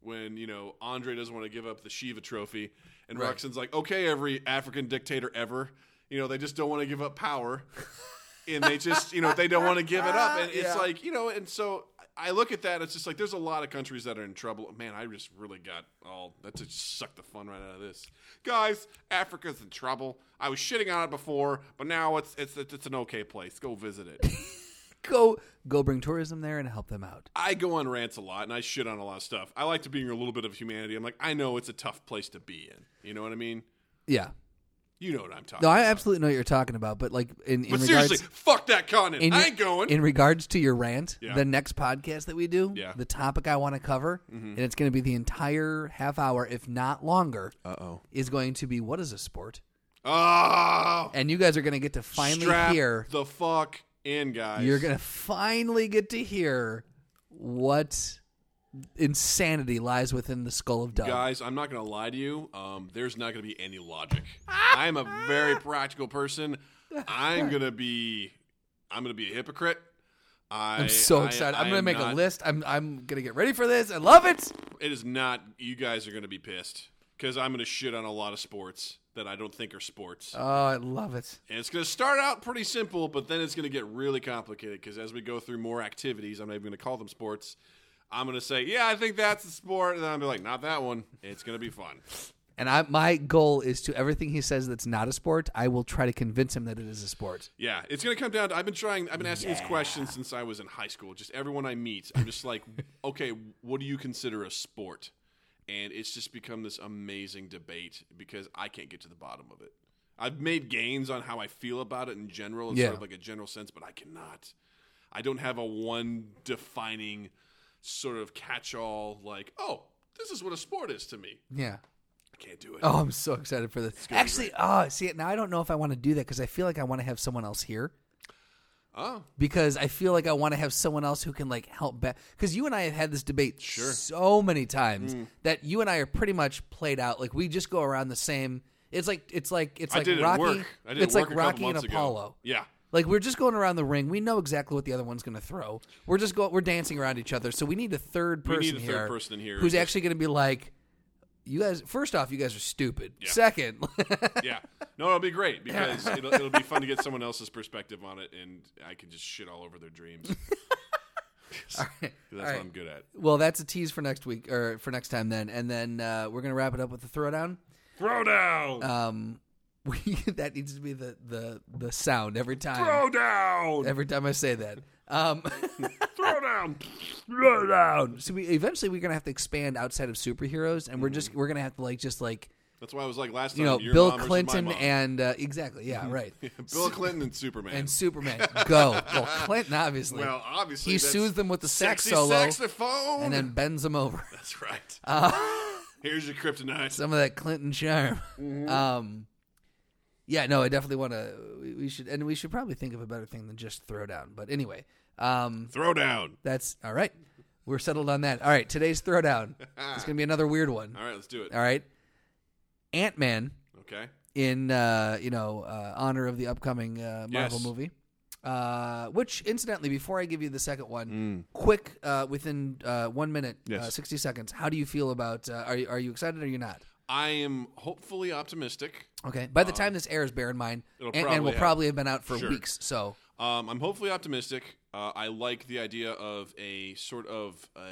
S2: when you know Andre doesn't want to give up the Shiva Trophy, and
S1: Right.
S2: Roxanne's like, okay, every African dictator ever, you know, they just don't want to give up power, and they just you know they don't want to give it up, and
S1: Yeah.
S2: it's like you know, and so I look at that, and it's just like there's a lot of countries that are in trouble. Man, I just really got all that just sucked the fun right out of this, guys. Africa's in trouble. I was shitting on it before, but now it's it's it's, it's an okay place. Go visit it.
S1: Go go bring tourism there and help them out.
S2: I go on rants a lot and I shit on a lot of stuff. I like to bring a little bit of humanity. I'm like, I know it's a tough place to be in. You know what I mean?
S1: Yeah.
S2: You know what I'm talking
S1: No, I
S2: about.
S1: absolutely know what you're talking about, but like in, in
S2: But
S1: regards
S2: seriously, fuck that continent.
S1: in,
S2: I ain't going.
S1: in regards to your rant,
S2: Yeah.
S1: the next podcast that we do,
S2: Yeah. Mm-hmm.
S1: the topic I want to cover, and it's going to be the entire half hour, if not longer,
S2: uh oh.
S1: is going to be what is a sport?
S2: Oh.
S1: And you guys are going to get to finally
S2: Strap
S1: hear.
S2: the fuck in, guys.
S1: You're going to finally get to hear what insanity lies within the skull of Doug.
S2: Guys, I'm not going to lie to you. Um, there's not going to be any logic. I'm a very practical person. I'm going to be I'm going to be a hypocrite. I,
S1: I'm so
S2: I-
S1: excited.
S2: I
S1: I'm going to make
S2: am
S1: a
S2: not-
S1: list. I'm I'm going to get ready for this. I love it.
S2: It is not. You guys are going to be pissed because I'm going to shit on a lot of sports that I don't think are sports.
S1: Oh, I love it.
S2: and it's going to start out pretty simple, but then it's going to get really complicated because as we go through more activities, I'm not even going to call them sports. I'm going to say, yeah, I think that's a sport. And then I'll be like, not that one. It's going to be fun.
S1: And I my goal is to everything he says that's not a sport, I will try to convince him that it is a sport.
S2: Yeah, it's going to come down to I've been trying, I've been asking these questions since I was in high school. Just everyone I meet, I'm just like, okay, what do you consider a sport? And it's just become this amazing debate because I can't get to the bottom of it. I've made gains on how I feel about it in general, in
S1: Yeah.
S2: sort of like a general sense, but I cannot. I don't have a one defining sort of catch all, like, oh, this is what a sport is to me.
S1: Yeah.
S2: I can't do it.
S1: Oh, I'm so excited uh, for this. Actually, oh, see, now I don't know if I want to do that because I feel like I want to have someone else here.
S2: Oh,
S1: because I feel like I want to have someone else who can like help back. Because you and I have had this debate so many times
S2: Mm.
S1: that you and I are pretty much played out. Like we just go around the same. It's like it's like it's
S2: I
S1: like
S2: did it at
S1: Rocky.
S2: work. I did
S1: it's
S2: it
S1: like
S2: work a couple
S1: Rocky and
S2: months ago.
S1: Apollo.
S2: Yeah.
S1: Like we're just going around the ring. We know exactly what the other one's going to throw. We're just going. We're dancing around each other. So we need a third
S2: We
S1: person
S2: need a
S1: here.
S2: third person in here.
S1: who's
S2: Just-
S1: actually going to be like, you guys. First off, you guys are stupid. Second,
S2: Yeah. No, it'll be great because it'll, it'll be fun to get someone else's perspective on it, and I can just shit all over their dreams. 'Cause That's
S1: All
S2: what
S1: right.
S2: I'm good at.
S1: well, that's a tease for next week or for next time then. And then uh, we're going to wrap it up with the throwdown.
S2: Throwdown.
S1: Um, we, that needs to be the the the sound every time.
S2: Throwdown.
S1: Every time I say that. Um,
S2: Throwdown.
S1: so we eventually we're gonna have to expand outside of superheroes, and we're just we're gonna have to like just like
S2: That's why I was like last time.
S1: you know
S2: Mm-hmm. your
S1: Bill
S2: mom versus
S1: Clinton
S2: my mom.
S1: and uh, exactly yeah right
S2: Bill Clinton and Superman.
S1: and Superman go well Clinton obviously
S2: well, obviously
S1: he
S2: that's
S1: soothes them with the sax
S2: sexy
S1: solo
S2: saxophone.
S1: and then Uh, bends them over.
S2: that's right. Here's your kryptonite.
S1: some of that Clinton charm.
S2: Mm-hmm.
S1: Um, yeah, no, I definitely want to. We, we should, and we should probably think of a better thing than just throwdown. But anyway, um,
S2: Throwdown.
S1: that's all right. We're settled on that. All right, today's throwdown. it's gonna be another weird one.
S2: All right, let's do it.
S1: All right, Ant Man
S2: Okay.
S1: in uh, you know uh, honor of the upcoming uh, Marvel
S2: Yes.
S1: movie. Uh, which incidentally, before I give you the second one, quick uh, within uh, one minute,
S2: Mm. Yes.
S1: uh, sixty seconds. How do you feel about? Uh, are you are you excited or are you not?
S2: I am hopefully optimistic.
S1: Okay. By the time this airs, bear in mind,
S2: Um,
S1: Ant
S2: it'll
S1: Man
S2: probably
S1: will
S2: have-
S1: probably have been out for
S2: Sure.
S1: weeks. So
S2: Um, I'm hopefully optimistic. Uh, I like the idea of a sort of uh,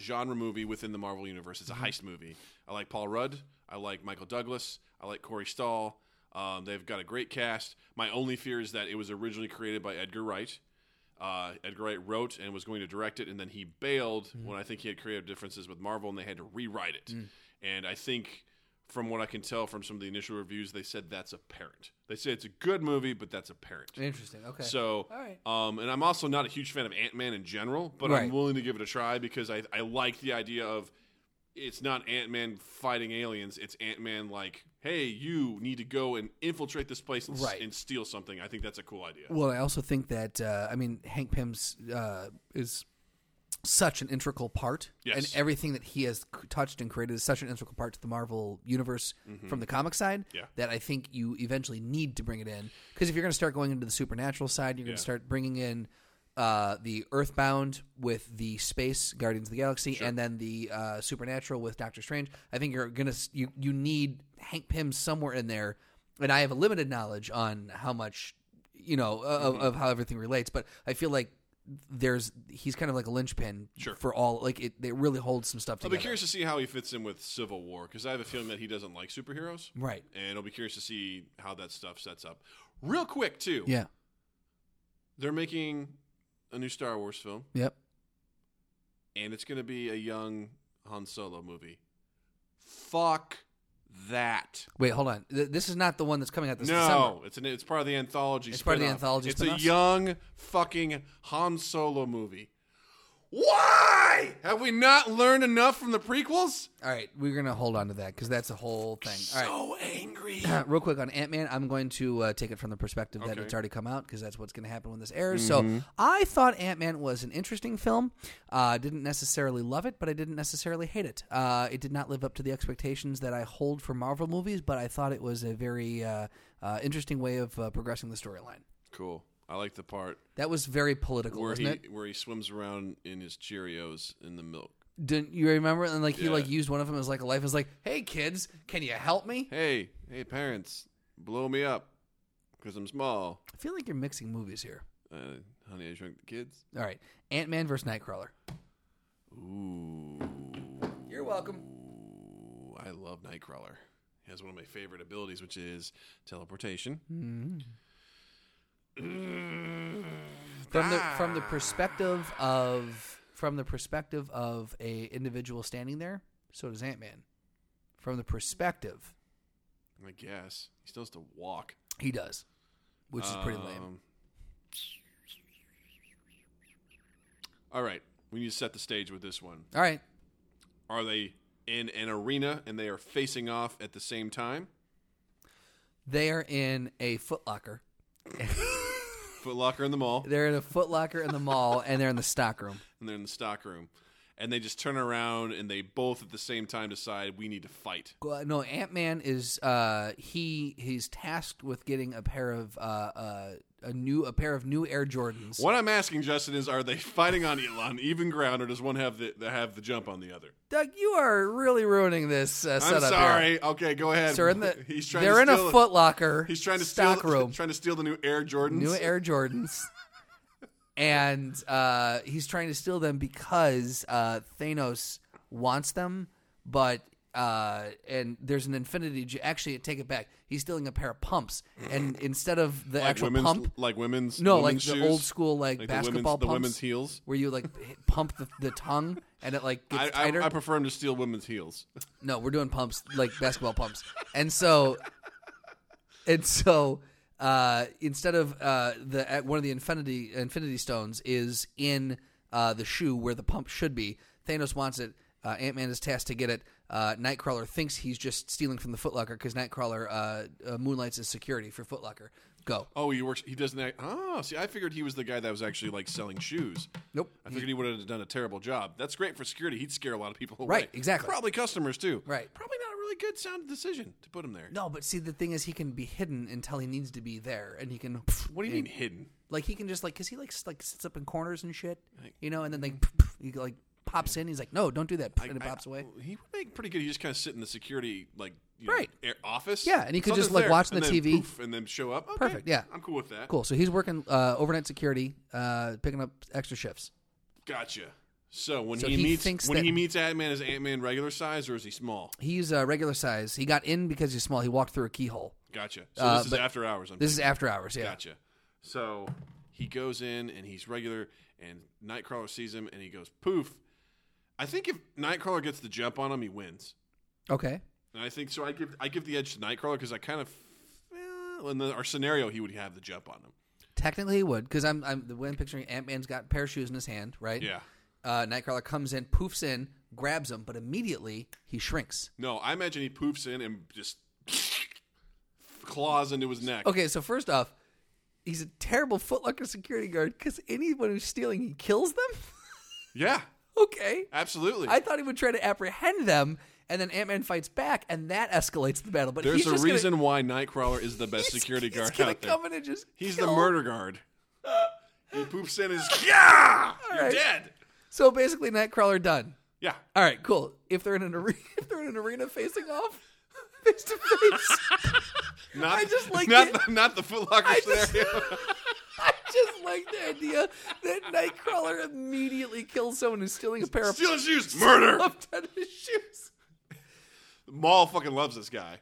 S2: genre movie within the Marvel universe. It's a heist movie. I like Paul Rudd. I like Michael Douglas. I like Corey Stahl. Um, they've got a great cast. My only fear is that it was originally created by Edgar Wright. Uh, Edgar Wright wrote and was going to direct it, and then he bailed when I think he had creative differences with Marvel, and they had to rewrite it. And I think, from what I can tell from some of the initial reviews, they said that's apparent. They say it's a good movie, but that's apparent.
S1: interesting. Okay.
S2: So,
S1: All right.
S2: um, and I'm also not a huge fan of Ant Man in general, but I'm
S1: Right.
S2: willing to give it a try because I, I like the idea of it's not Ant Man fighting aliens. It's Ant Man like, hey, you need to go and infiltrate this place and, s-
S1: Right.
S2: and steal something. I think that's a cool idea.
S1: well, I also think that uh, I mean Hank Pym's uh, is such an integral part,
S2: Yes.
S1: and everything that he has c- touched and created is such an integral part to the Marvel universe from the comic side
S2: Mm-hmm. Yeah.
S1: that I think you eventually need to bring it in because if you're going to start going into the supernatural side, you're going
S2: Yeah.
S1: to start bringing in. Uh, the Earthbound with the space Guardians of the Galaxy, and then the uh, Supernatural with Doctor Strange. I think you're gonna s- you you need Hank Pym somewhere in there, and I have a limited knowledge on how much you know of,
S2: Mm-hmm.
S1: of how everything relates, but I feel like there's he's kind of like a linchpin for all like it. They really hold some stuff
S2: I'll be
S1: together.
S2: curious to see how he fits in with Civil War because I have a feeling that he doesn't like superheroes,
S1: Right.
S2: and I'll be curious to see how that stuff sets up. Real quick, too.
S1: Yeah.
S2: They're making a new Star Wars film.
S1: Yep.
S2: and it's going to be a young Han Solo movie. Fuck that.
S1: Wait, hold on. Th- This is not the one that's coming out this
S2: no, it's an, it's part of the anthology.
S1: It's part of the
S2: spinoff.
S1: anthology
S2: It's
S1: spinoff?
S2: a young fucking Han Solo movie. Why have we not learned enough from the prequels?
S1: December. All right, we're gonna hold on to that because that's a whole thing. All right.
S2: So angry.
S1: Real quick on Ant Man, I'm going to uh, take it from the perspective that
S2: Okay. Mm-hmm.
S1: it's already come out because that's what's going to happen when this airs. So I thought Ant Man was an interesting film. I uh, didn't necessarily love it, but I didn't necessarily hate it. Uh, it did not live up to the expectations that I hold for Marvel movies, but I thought it was a very uh, uh, interesting way of uh, progressing the storyline.
S2: Cool. I like the part
S1: That was very political,
S2: where
S1: wasn't
S2: he
S1: it?
S2: where he swims around in his Cheerios in the milk.
S1: Didn't you remember? And like he
S2: Yeah.
S1: like used one of them as like a life. Is like, hey kids, can you help me?
S2: Hey, hey, parents, blow me up because I'm small.
S1: I feel like you're mixing movies here.
S2: Uh, honey, I shrunk the kids.
S1: All right, Ant Man versus Nightcrawler.
S2: Ooh.
S1: You're welcome.
S2: Ooh, I love Nightcrawler. He has one of my favorite abilities, which is teleportation.
S1: from the from
S2: Ah.
S1: the perspective of from the perspective of a individual standing there, so does Ant Man. From the perspective,
S2: I guess he still has to walk,
S1: he does, which is pretty lame.
S2: Um, All right, we need to set the stage with this one.
S1: All right,
S2: Are they in an arena and they are facing off at the same time?
S1: they are in a Footlocker.
S2: Foot Locker in the mall,
S1: They're in a Foot Locker in the mall, and they're in the stockroom.
S2: and they're in the stock room, and they just turn around and they both at the same time decide we need to fight.
S1: Well, No, Ant Man is uh, he he's tasked with getting a pair of uh, uh, a new a pair of new Air Jordans.
S2: What I'm asking, Justin, is are they fighting on, on even ground, or does one have the have the jump on the other?
S1: Doug, you are really ruining this uh,
S2: I'm
S1: setup. here.
S2: sorry. Okay, go ahead.
S1: So in the,
S2: he's trying
S1: they're
S2: to
S1: in a
S2: steal-
S1: Foot Locker.
S2: He's trying to
S1: stock
S2: steal,
S1: room.
S2: Trying to steal the new Air Jordans.
S1: new Air Jordans. and uh, he's trying to steal them because uh, Thanos wants them, but uh, and there's an infinity. Ge- Actually, I take it back. He's stealing a pair of pumps, and instead of the
S2: like
S1: actual
S2: women's,
S1: pump,
S2: like women's.
S1: no, like
S2: women's
S1: the
S2: shoes?
S1: old school like,
S2: Like the women's-
S1: basketball
S2: the
S1: pumps,
S2: women's heels?
S1: where you like hit- pump the, the tongue and it like gets
S2: I,
S1: tighter.
S2: I, I prefer him to steal women's heels.
S1: No, we're doing pumps like basketball pumps. And so, and so, uh, instead of uh, the at one of the infinity infinity stones is in uh, the shoe where the pump should be. Thanos wants it. Uh, Ant Man is tasked to get it. Uh, Nightcrawler thinks he's just stealing from the Footlocker because Nightcrawler uh, uh, moonlights as security for Footlocker. Go.
S2: Oh, he works. He doesn't. Act, oh, see, I figured he was the guy that was actually like selling shoes.
S1: Nope.
S2: I figured he would have done a terrible job. That's great for security. He'd scare a lot of people away.
S1: Right, exactly.
S2: Probably customers too.
S1: Right.
S2: Probably not a really good sound decision to put him there.
S1: No, but see the thing is he can be hidden until he needs to be there, and he can
S2: What do you mean hidden?
S1: Like he can just like because he like s- like sits up in corners and shit, you know. And then like he like pops in. He's like, no, don't do that, and it
S2: Mm-hmm. I-
S1: pops away.
S2: He would make pretty good. He just kind of sit in the security like you know,
S1: Right.
S2: air- office.
S1: Yeah, and he could
S2: Something's
S1: just, like,
S2: there.
S1: watch the
S2: and then
S1: TV.
S2: poof, and then show up. Okay,
S1: Perfect, yeah.
S2: I'm cool with that.
S1: Cool. So he's working uh, overnight security, uh, picking up extra shifts.
S2: Gotcha. So when
S1: So
S2: he,
S1: he
S2: meets
S1: thinks
S2: when
S1: that-
S2: he meets Ant Man, is Ant Man regular size or is he small?
S1: He's uh, regular size. He got in because he's small. He walked through a keyhole.
S2: Gotcha. So
S1: Uh,
S2: this is
S1: but-
S2: after hours. I'm
S1: This is after hours. Yeah.
S2: Gotcha. So he goes in and he's regular, and Nightcrawler sees him and he goes poof. I think if Nightcrawler gets the jump on him, he wins.
S1: Okay.
S2: And I think so. I give I give the edge to Nightcrawler because I kind of eh, in the, our scenario he would have the jump on him.
S1: Technically, he would because I'm I'm the way I'm picturing Ant Man's got a pair of shoes in his hand, right?
S2: Yeah.
S1: Uh, Nightcrawler comes in, poofs in, grabs him, but immediately he shrinks.
S2: No, I imagine he poofs in and just claws into his neck.
S1: Okay, so first off, he's a terrible Footlocker security guard because anyone who's stealing, he kills them.
S2: Yeah,
S1: okay,
S2: absolutely.
S1: I thought he would try to apprehend them, and then Ant Man fights back, and that escalates the battle. But
S2: There's
S1: he's
S2: a
S1: just
S2: reason
S1: Gonna,
S2: why Nightcrawler is the best
S1: he's-
S2: security guard
S1: he's gonna
S2: out there.
S1: come in and just
S2: He's the
S1: kill.
S2: murder guard. he poops in his yeah, you're
S1: right.
S2: dead.
S1: So basically, Nightcrawler done.
S2: Yeah,
S1: All right, cool. If they're in an arena, if they're in an arena facing off face to face,
S2: not,
S1: I just like
S2: not
S1: it.
S2: the, not the Foot Locker
S1: I just-
S2: scenario.
S1: I just like the idea that Nightcrawler immediately kills someone who's stealing a pair of
S2: Steal his shoes, murder.
S1: of tennis shoes.
S2: Maul fucking loves this guy.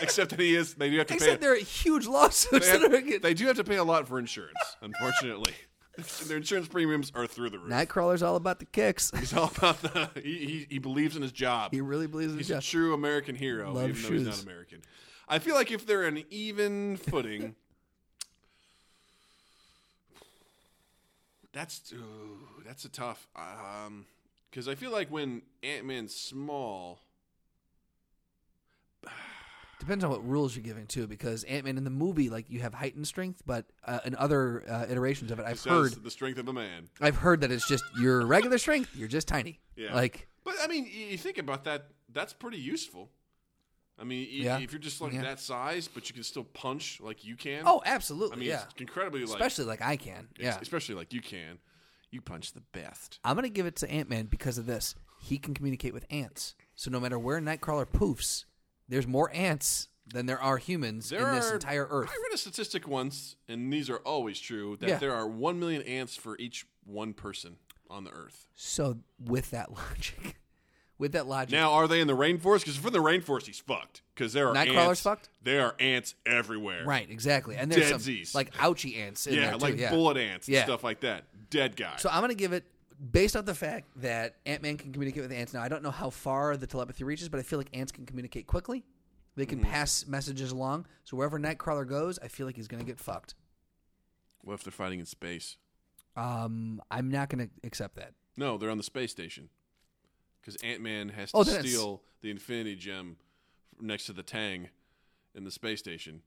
S2: Except that he is. They do have to
S1: Except
S2: pay.
S1: they're huge lawsuits
S2: they, have-
S1: that are getting.
S2: they do have to pay a lot for insurance, unfortunately. Their insurance premiums are through the roof.
S1: Nightcrawler's all about the kicks.
S2: He's all about the. He, he, he believes in his job.
S1: He really believes in his
S2: he's a
S1: job.
S2: true American hero,
S1: Love
S2: even though he's not
S1: shoes.
S2: American. I feel like if they're an even footing, that's ooh, that's a tough. Um, because I feel like when Ant Man's small,
S1: Depends on what rules you're giving too, because Ant Man in the movie, like you have height and strength, but uh, in other uh, iterations of it, I've
S2: says
S1: heard,
S2: the strength of a man.
S1: I've heard that it's just your regular strength. You're just tiny.
S2: Yeah.
S1: Like
S2: But I mean, you you think about that. That's pretty useful. I mean, i-
S1: Yeah.
S2: if you're just like
S1: Yeah.
S2: that size, but you can still punch like you can.
S1: oh, absolutely.
S2: I mean,
S1: yeah.
S2: it's incredibly like
S1: Especially like I can. Yeah.
S2: especially like you can. You punch the best.
S1: I'm gonna give it to Ant Man because of this. He can communicate with ants, so no matter where Nightcrawler poofs, there's more ants than there are humans
S2: There
S1: in this
S2: are-
S1: entire Earth.
S2: I read a statistic once, and these are always true, that
S1: Yeah.
S2: there are 1 million ants for each one person on the earth.
S1: So with that logic, with that logic,
S2: Now, are they in the rainforest? Because if in the rainforest, he's fucked. Because there are
S1: Nightcrawler's
S2: ants.
S1: fucked?
S2: There are ants everywhere.
S1: right? Exactly. And there's some
S2: Deadsies.
S1: like ouchie ants in
S2: Yeah,
S1: there too.
S2: like
S1: yeah.
S2: bullet ants and
S1: Yeah.
S2: stuff like that. Dead guy.
S1: So I'm going to give it based off the fact that Ant Man can communicate with ants. Now I don't know how far the telepathy reaches, but I feel like ants can communicate quickly. They can
S2: Mm-hmm.
S1: pass messages along. So wherever Nightcrawler goes, I feel like he's going to get fucked.
S2: what if they're fighting in space?
S1: Um, I'm not going to accept that.
S2: No, they're on the space station. Because Ant Man has to
S1: Oh, then it's-
S2: steal the Infinity Gem next to the Tang in the space station.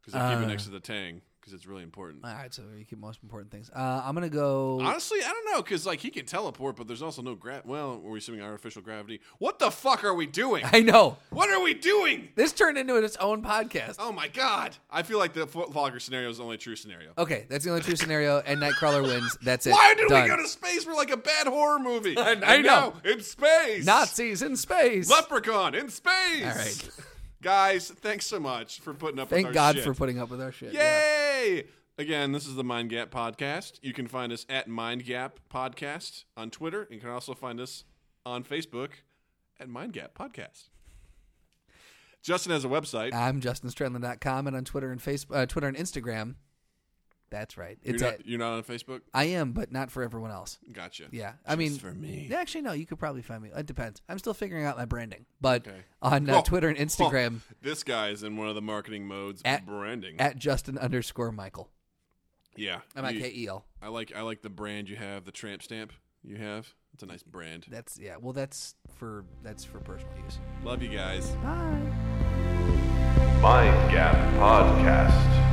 S2: because I keep it next to the Tang because it's really important.
S1: All right, so you keep most important things. Uh, I'm gonna go.
S2: Honestly, I don't know because like he can teleport, but there's also no gra. Well, we're assuming artificial gravity. What the fuck are we doing?
S1: I know
S2: what are we doing?
S1: this turned into its own podcast.
S2: Oh my god! I feel like the fo- Fogger scenario is the only true scenario.
S1: Okay, that's the only true scenario, and Nightcrawler wins. That's it.
S2: Why did
S1: Done.
S2: we go to space? We're like a bad horror movie.
S1: I- I
S2: And
S1: know.
S2: now, in space.
S1: Nazis in space?
S2: Leprechaun in space.
S1: All right.
S2: Guys, thanks so much for putting up with
S1: Thank
S2: our
S1: God
S2: Oh, shit.
S1: for putting up with our shit. yeah.
S2: Yay! Again, this is the Mind Gap Podcast. You can find us at Mind Gap Podcast on Twitter. You can also find us on Facebook at Mind Gap Podcast. Justin has a website.
S1: I'm justinstrandland.com and on Twitter and Facebook, uh, Twitter and Instagram. That's right.
S2: you're,
S1: It's
S2: not,
S1: at,
S2: you're not on Facebook?
S1: I am, but not for everyone else.
S2: Gotcha.
S1: Yeah, I mean,
S2: Just for me.
S1: Actually, no. You could probably find me. It depends. I'm still figuring out my branding, but
S2: Okay.
S1: on uh,
S2: Oh,
S1: Twitter and Instagram
S2: oh, this guy is in one of the marketing modes
S1: At-
S2: branding.
S1: at Justin underscore Michael.
S2: yeah.
S1: I'm at
S2: You-
S1: K E L.
S2: I like I like the brand you have, the tramp stamp you have. It's a nice brand.
S1: That's yeah. Well, that's for that's for personal use.
S2: Love you guys.
S1: Bye.
S3: Mind Gap Podcast.